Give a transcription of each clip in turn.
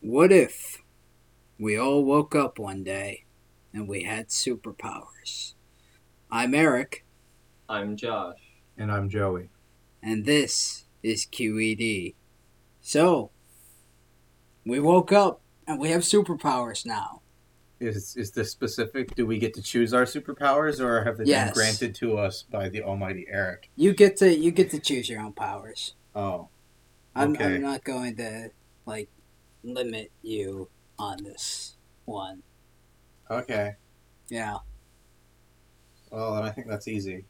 What if we all woke up one day and we had superpowers? I'm Eric, I'm Josh. And I'm Joey. and this is QED. So, we woke up and we have superpowers now. Is is this specific? Do we get to choose our superpowers, or have they Yes. been granted to us by the Almighty Eric? You get to you get to choose your own powers. Oh, I'm, Okay. I'm not going to like limit you on this one. okay. Yeah. Well, then I think that's easy.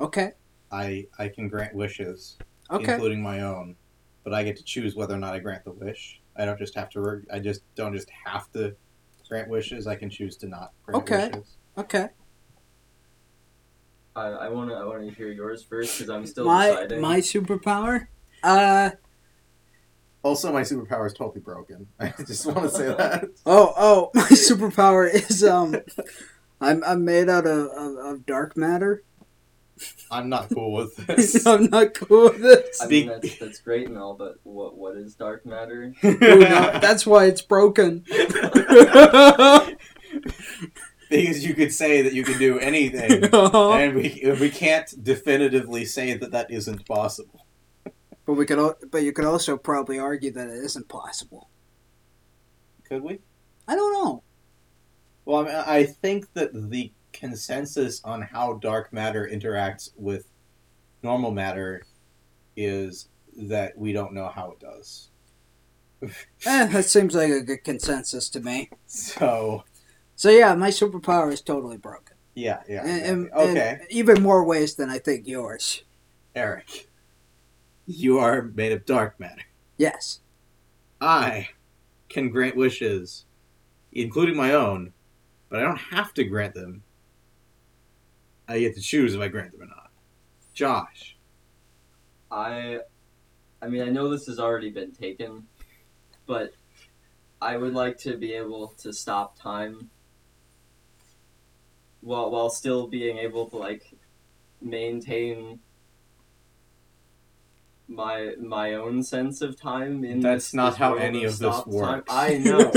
Okay. I I can grant wishes, Okay. including my own, but I get to choose whether or not I grant the wish. I don't just have to. Re- I just don't just have to grant wishes. I can choose to not grant Okay. wishes. Okay. I, I wanna I wanna hear yours first because I'm still My deciding. my superpower? Uh Also, my superpower is totally broken. I just want to say that. Oh, oh, my superpower is um, I'm I'm made out of, of, of dark matter. I'm not cool with this. I'm not cool with this. I mean that's that's great and all, but what what is dark matter? Ooh, no, that's why it's broken. Because you could say that you can do anything, but and we we can't definitively say that that isn't possible. we could, al- but you could also probably argue that it isn't possible. Could we? I don't know. Well, I, mean, I think that the consensus on how dark matter interacts with normal matter is that we don't know how it does. Eh, that seems like a good consensus to me. So So yeah, my superpower is totally broken. yeah, yeah. And, exactly. and- and okay, even more ways than I think yours. Eric, you are made of dark matter. Yes. I can grant wishes, including my own, but I don't have to grant them. I get to choose if I grant them or not. Josh, I I mean I know this has already been taken, but I would like to be able to stop time while while still being able to like maintain my my own sense of time in That's this- not this how world any of this stopped time. works. I know.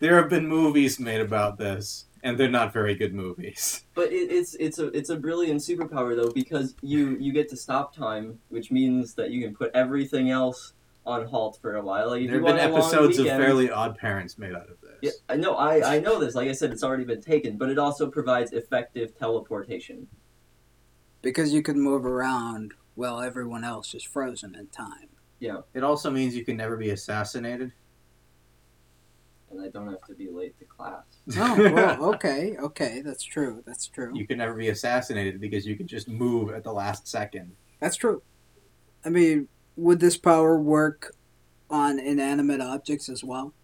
there have been movies made about this, and they're not very good movies. But it, it's it's a it's a brilliant superpower though because you you get to stop time, which means that you can put everything else on halt for a while. Like if There you have been want a long episodes of weekend- Fairly Odd Parents made out of this. Yeah, I know. I I know this. Like I said, it's already been taken, but it also provides effective teleportation. Because you can move around while everyone else is frozen in time. It also means you can never be assassinated. And I don't have to be late to class. Oh, well, okay, okay, that's true, that's true, you can never be assassinated because you can just move at the last second. that's true. I mean, would this power work on inanimate objects as well?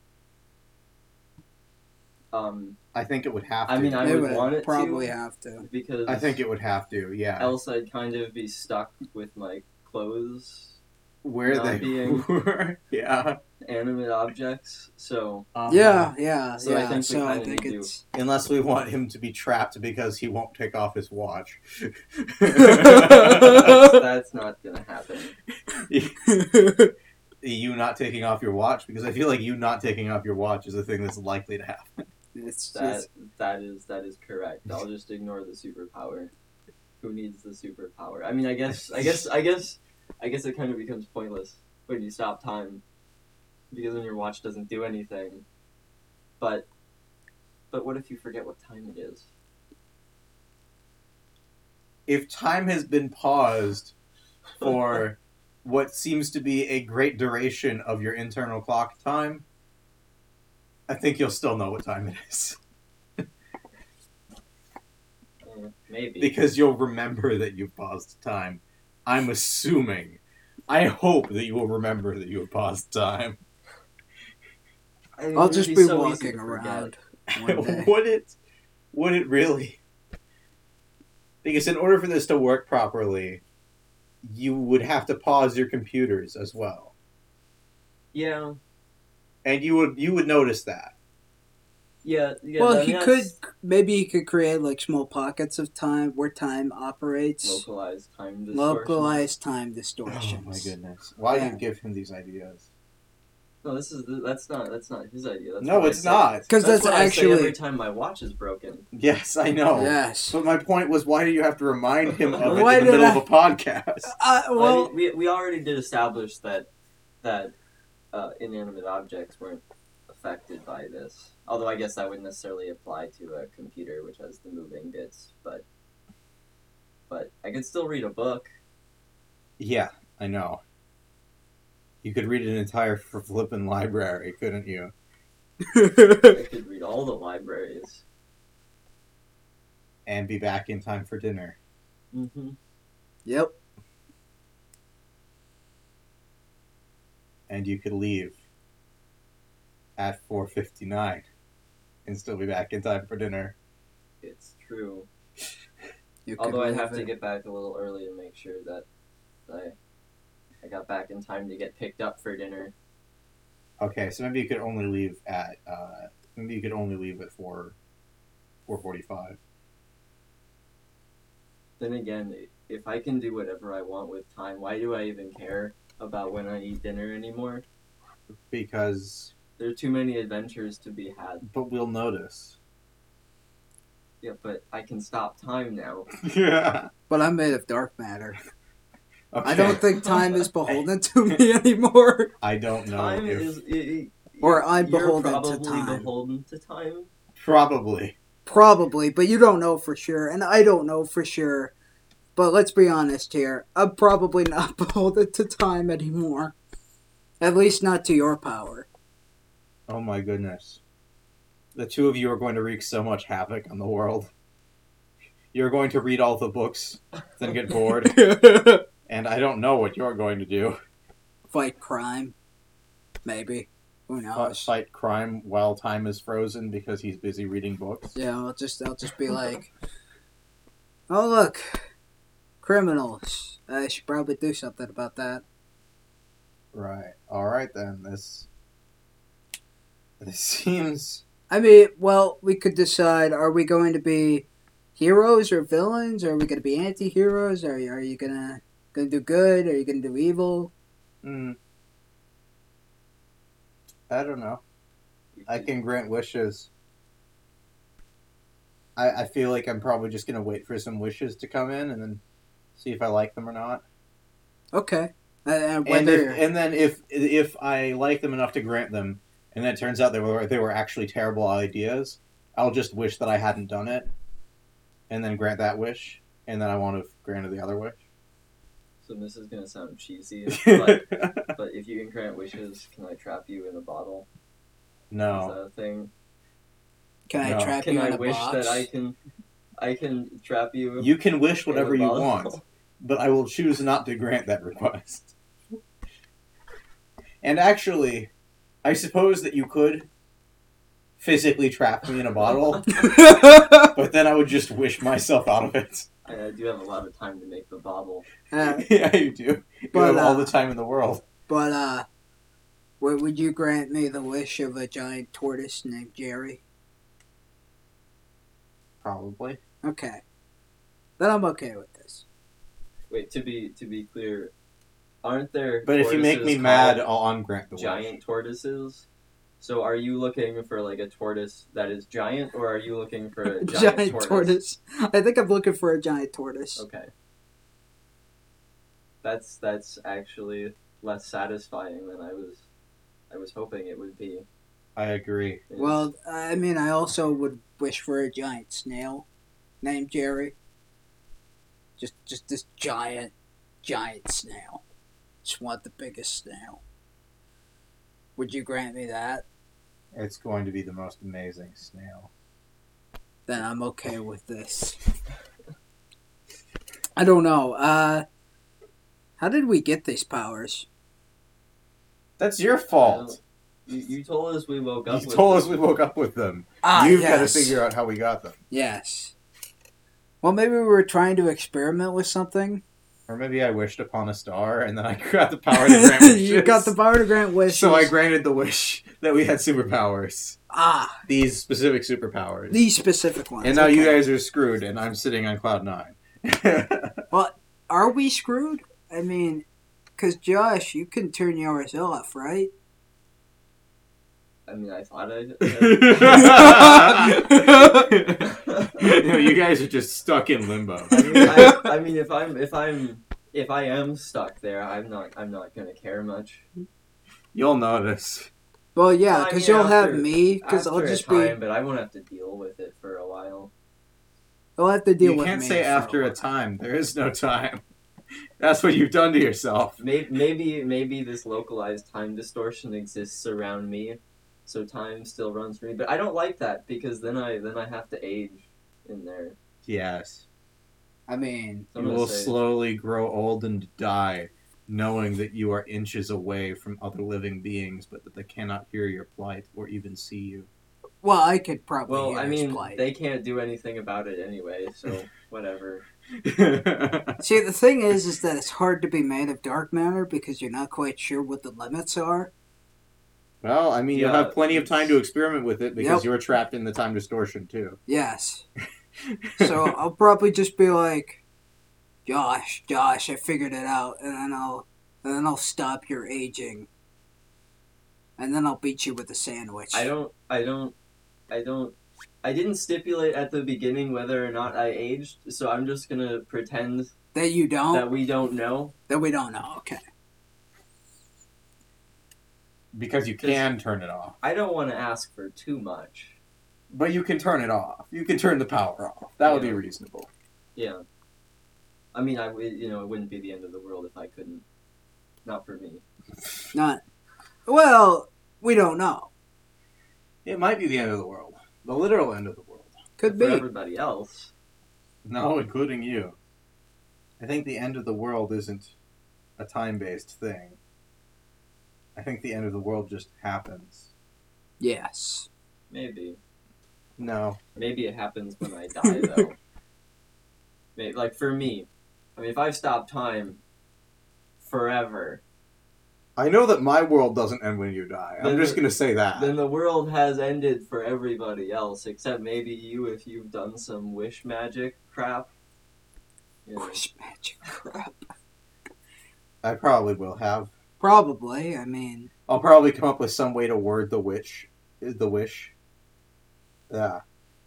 Um, I think it would have to. I mean, I They would want it to. probably have to. because I think it would have to. Yeah. else I'd kind of be stuck with my clothes, where not they being- were. yeah. animate objects. So Um, yeah, yeah, Uh-huh. So I yeah. think we so I kinda think need to- it's Unless we want him to be trapped because he won't take off his watch. that's, that's not gonna happen. you not taking off your watch because I feel like you not taking off your watch is a thing that's likely to happen. it's That just that is that is correct. I'll just ignore the superpower. Who needs the superpower? I mean, I guess I guess I guess I guess it kind of becomes pointless when you stop time because then your watch doesn't do anything. But but what if you forget what time it is? If time has been paused for what seems to be a great duration of your internal clock time, I think you'll still know what time it is Uh, maybe because you'll remember that you paused time. I'm assuming. I hope that you will remember that you have paused time. I mean, it I'll would just be, so walking easy to forget. around. one day. would it would it really because in order for this to work properly you would have to pause your computers as well Yeah, and you would you would notice that yeah, yeah. well, I he mean, could that's maybe he could create like small pockets of time where time operates, localize time distortion. localized time oh distortions. my goodness why do Yeah. you give him these ideas No, this is that's not that's not his idea. That's No, what I it's say. not. Because that's, what I say every actually time my watch is broken. Yes, I know. yes. But my point was, why do you have to remind him of it Why in the did middle I- of a podcast? Uh, Well, well, we, we already did establish that that uh, inanimate objects weren't affected by this. Although I guess that wouldn't necessarily apply to a computer, which has the moving bits. But but I could still read a book. Yeah, I know. You could read an entire flippin' library, couldn't you? I could read all the libraries. And be back in time for dinner. Mm-hmm. yep. And you could leave at 4.59 and still be back in time for dinner. It's true. You could Although I'd have move to it. get back a little early to make sure that I I got back in time to get picked up for dinner. Okay, so maybe you could only leave at, uh, maybe you could only leave at 4, 4.45. Then again, if I can do whatever I want with time, why do I even care about when I eat dinner anymore? Because, There are too many adventures to be had. but we'll notice. Yeah, but I can stop time now. yeah. But I'm made of dark matter. Okay. I don't think time is beholden to me anymore. I don't know time if... is. i- i- Or I'm you're beholden to probably time. beholden to time. Probably. Probably, but you don't know for sure, and I don't know for sure. But let's be honest here. I'm probably not beholden to time anymore. At least not to your power. Oh my goodness. The two of you are going to wreak so much havoc on the world. You're going to read all the books, then get bored, and I don't know what you're going to do. Fight crime. Maybe. Who Uh, knows? fight crime while time is frozen because he's busy reading books. Yeah, I'll just I'll just be like Oh look. Criminals. I should probably do something about that. Right. All right then. This this seems I mean, well, we could decide: are we going to be heroes or villains? Are we going to be anti-heroes? Are you, are you gonna gonna do good? Are you gonna do evil? hmm, I don't know. I can grant wishes. I, I feel like I'm probably just gonna wait for some wishes to come in and then see if I like them or not. Okay, and, and And, whether if, and then if if I like them enough to grant them, and then it turns out they were they were actually terrible ideas, I'll just wish that I hadn't done it, and then grant that wish, and then I won't have granted the other wish. So this is gonna sound cheesy, but, but if you can grant wishes, can I trap you in a bottle? Is no, that a thing? can I no. trap Can you in I a wish box? that I can, I can trap you? you can wish in a whatever you bottle? want. but I will choose not to grant that request. And actually, I suppose that you could physically trap me in a bottle, but then I would just wish myself out of it. I, I do have a lot of time to make the bottle. Uh, yeah, you do. You But, have all uh, the time in the world. but uh, would would you grant me the wish of a giant tortoise named Jerry? Probably. Okay, then I'm okay with this. Wait, to be to be clear, aren't there? But if you make me tortoises mad, called I'll ungrant the giant tortoises. So are you looking for like a tortoise that is giant, or are you looking for a giant, tortoise? I think I'm looking for a giant tortoise. Okay. That's that's actually less satisfying than I was, I was hoping it would be. I agree. It's- Well, I mean, I also would wish for a giant snail named Jerry. Just, just this giant, giant snail. Just want the biggest snail. Would you grant me that? It's going to be the most amazing snail. Then I'm okay with this. I don't know. Uh, how did we get these powers? That's your I fault. don't- you, you told us we woke up. You with told it. us we woke up with them. Ah, You've got to yes. figure out how we got them. Yes. Well, maybe we were trying to experiment with something. Or maybe I wished upon a star and then I got the power to grant wishes. you got the power to grant wishes. So I granted the wish that we had superpowers. ah. These specific superpowers. These specific ones. and now you okay. guys are screwed and I'm sitting on cloud nine. are we screwed? I mean, because Josh, you can turn yours off, right? I mean, I thought I. you, know, you guys are just stuck in limbo. I mean, I, I mean, if I'm if I'm if I am stuck there, I'm not I'm not gonna care much. You'll notice. Well, yeah, I because mean, you'll have after- me, because I'll After a just time, be. But I won't have to deal with it for a while. I'll have to deal You with can't me say for after a a time. There is no time. That's what you've done to yourself. Maybe maybe maybe this localized time distortion exists around me, so time still runs for me. But I don't like that because then I then I have to age in there. Yes. I mean, I'm you gonna will say- slowly grow old and die, knowing that you are inches away from other living beings, but that they cannot hear your plight or even see you. well, I could probably. Well, hear I his mean, plight. they can't do anything about it anyway, so whatever. See, the thing is, is that it's hard to be made of dark matter because you're not quite sure what the limits are. well, I mean, you'll Yeah, have plenty of time to experiment with it because Yep. you're trapped in the time distortion, too. Yes. So I'll probably just be like, Josh, Josh, I figured it out, and then I'll, and then I'll stop your aging, and then I'll beat you with a sandwich. I don't I don't I don't I didn't stipulate at the beginning whether or not I aged, so I'm just gonna pretend That you don't. that That, we don't know. we don't know. Okay. Because you Just- can turn it off. I don't want to ask for too much. But you can turn it off. You can turn the power off. That would be Yeah. reasonable. Yeah. I mean, I would- you know it wouldn't be the end of the world if I couldn't. Not for me. Not. Well, we don't know. It might be the end of the world. The literal end of the world. Could For be. everybody else. No, including you. I think the end of the world isn't a time based thing. I think the end of the world just happens. Yes. Maybe. No. Maybe it happens when I die though. Maybe, like for me, I mean, if I've stopped time forever, I know that my world doesn't end when you die. I'm Then just the- going to say that. then the world has ended for everybody else, except maybe you if you've done some wish magic crap. You know, Wish magic crap. I probably will have. Probably. I mean, I'll probably come up with some way to word the wish. The wish. Yeah.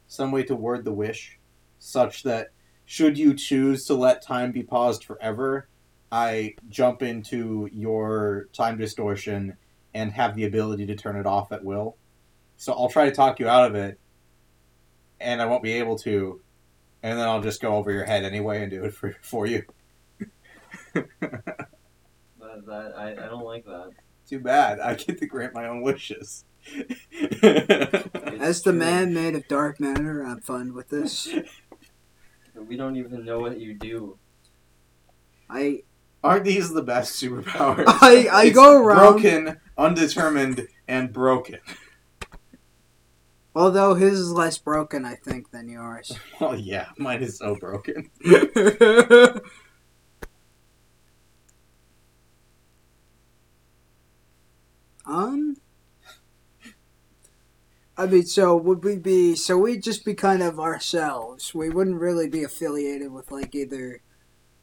Some way to word the wish such that should you choose to let time be paused forever, I jump into your time distortion and have the ability to turn it off at will. So I'll try to talk you out of it, and I won't be able to, and then I'll just go over your head anyway and do it for, for you. that, that I, I don't like that. Too bad. I get to grant my own wishes. It's as the true. man made of dark matter, I'm fine with this. we don't even know what you do. I Aren't these the best superpowers? I- I go around- broken, undetermined, and broken. Although his is less broken, I think, than yours. Well, yeah, mine is so broken. um. I mean, so would we be? So we'd just be kind of ourselves. We wouldn't really be affiliated with like either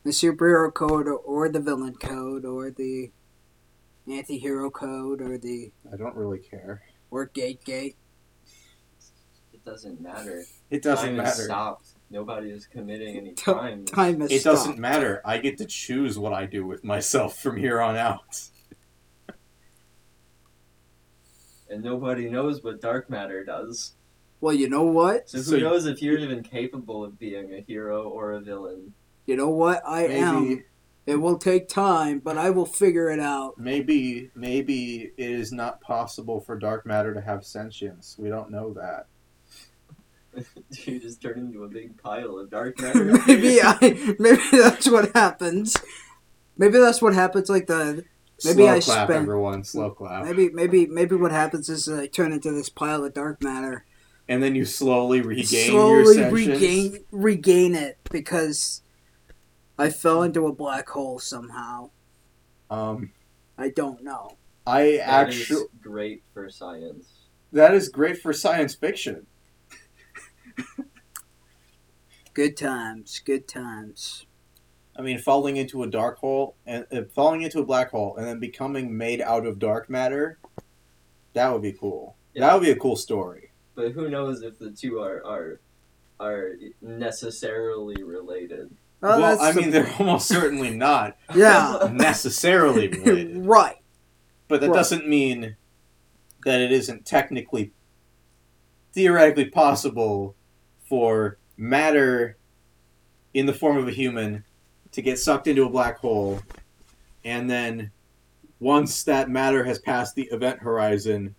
the superhero code or, or the villain code or the anti-hero code or the I don't really care. or gate gate. It doesn't matter. It doesn't time matter. Is stopped. Nobody is committing any Ti- crimes. Time is It stopped. doesn't matter. I get to choose what I do with myself from here on out. and nobody knows what dark matter does. Well, you know what? So who So you- knows if you're even capable of being a hero or a villain? You know what? I am. Maybe, It will take time, but I will figure it out. maybe, maybe it is not possible for dark matter to have sentience. We don't know that. you just turn into a big pile of dark matter. maybe uh, I. Maybe that's what happens. Maybe that's what happens. Like the Maybe slow I clap, spent- everyone. Slow clap. maybe maybe maybe what happens is that I turn into this pile of dark matter. and then you slowly regain your slowly sentience. regain regain it because I fell into a black hole somehow. Um, I don't know. I That is actually great for science. that is great for science fiction. Good times. Good times. I mean, falling into a dark hole and uh, falling into a black hole and then becoming made out of dark matter. That would be cool. Yeah. That would be a cool story. But who knows if the two are are are necessarily related? Oh, well, that's I the- mean, they're almost certainly not yeah, necessarily related, right. but that Right. doesn't mean that it isn't technically, theoretically possible for matter in the form of a human to get sucked into a black hole, and then once that matter has passed the event horizon,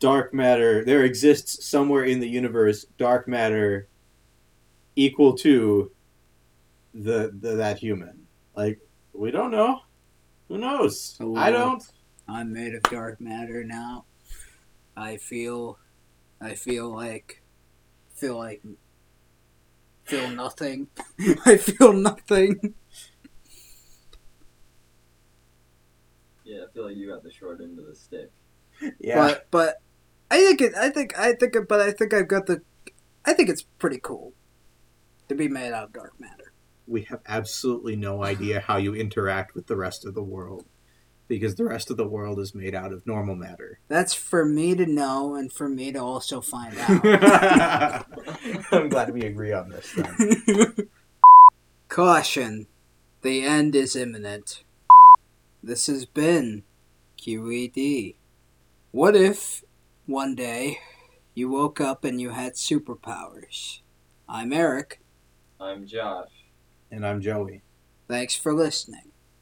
dark matter, there exists somewhere in the universe dark matter equal to the, the that human. Like we don't know. Who knows? So, I don't. I'm made of dark matter now. I feel, I feel like, feel like, feel nothing. I feel nothing. Yeah, I feel like you got the short end of the stick. Yeah. But but I think it. I think I think. it- But I think I've got the. I think it's pretty cool to be made out of dark matter. we have absolutely no idea how you interact with the rest of the world because the rest of the world is made out of normal matter. That's for me to know and for me to also find out. I'm glad we agree on this. Then. Caution, the end is imminent. This has been QED. What if one day you woke up and you had superpowers? I'm Eric. I'm Josh. And I'm Joey. Thanks for listening.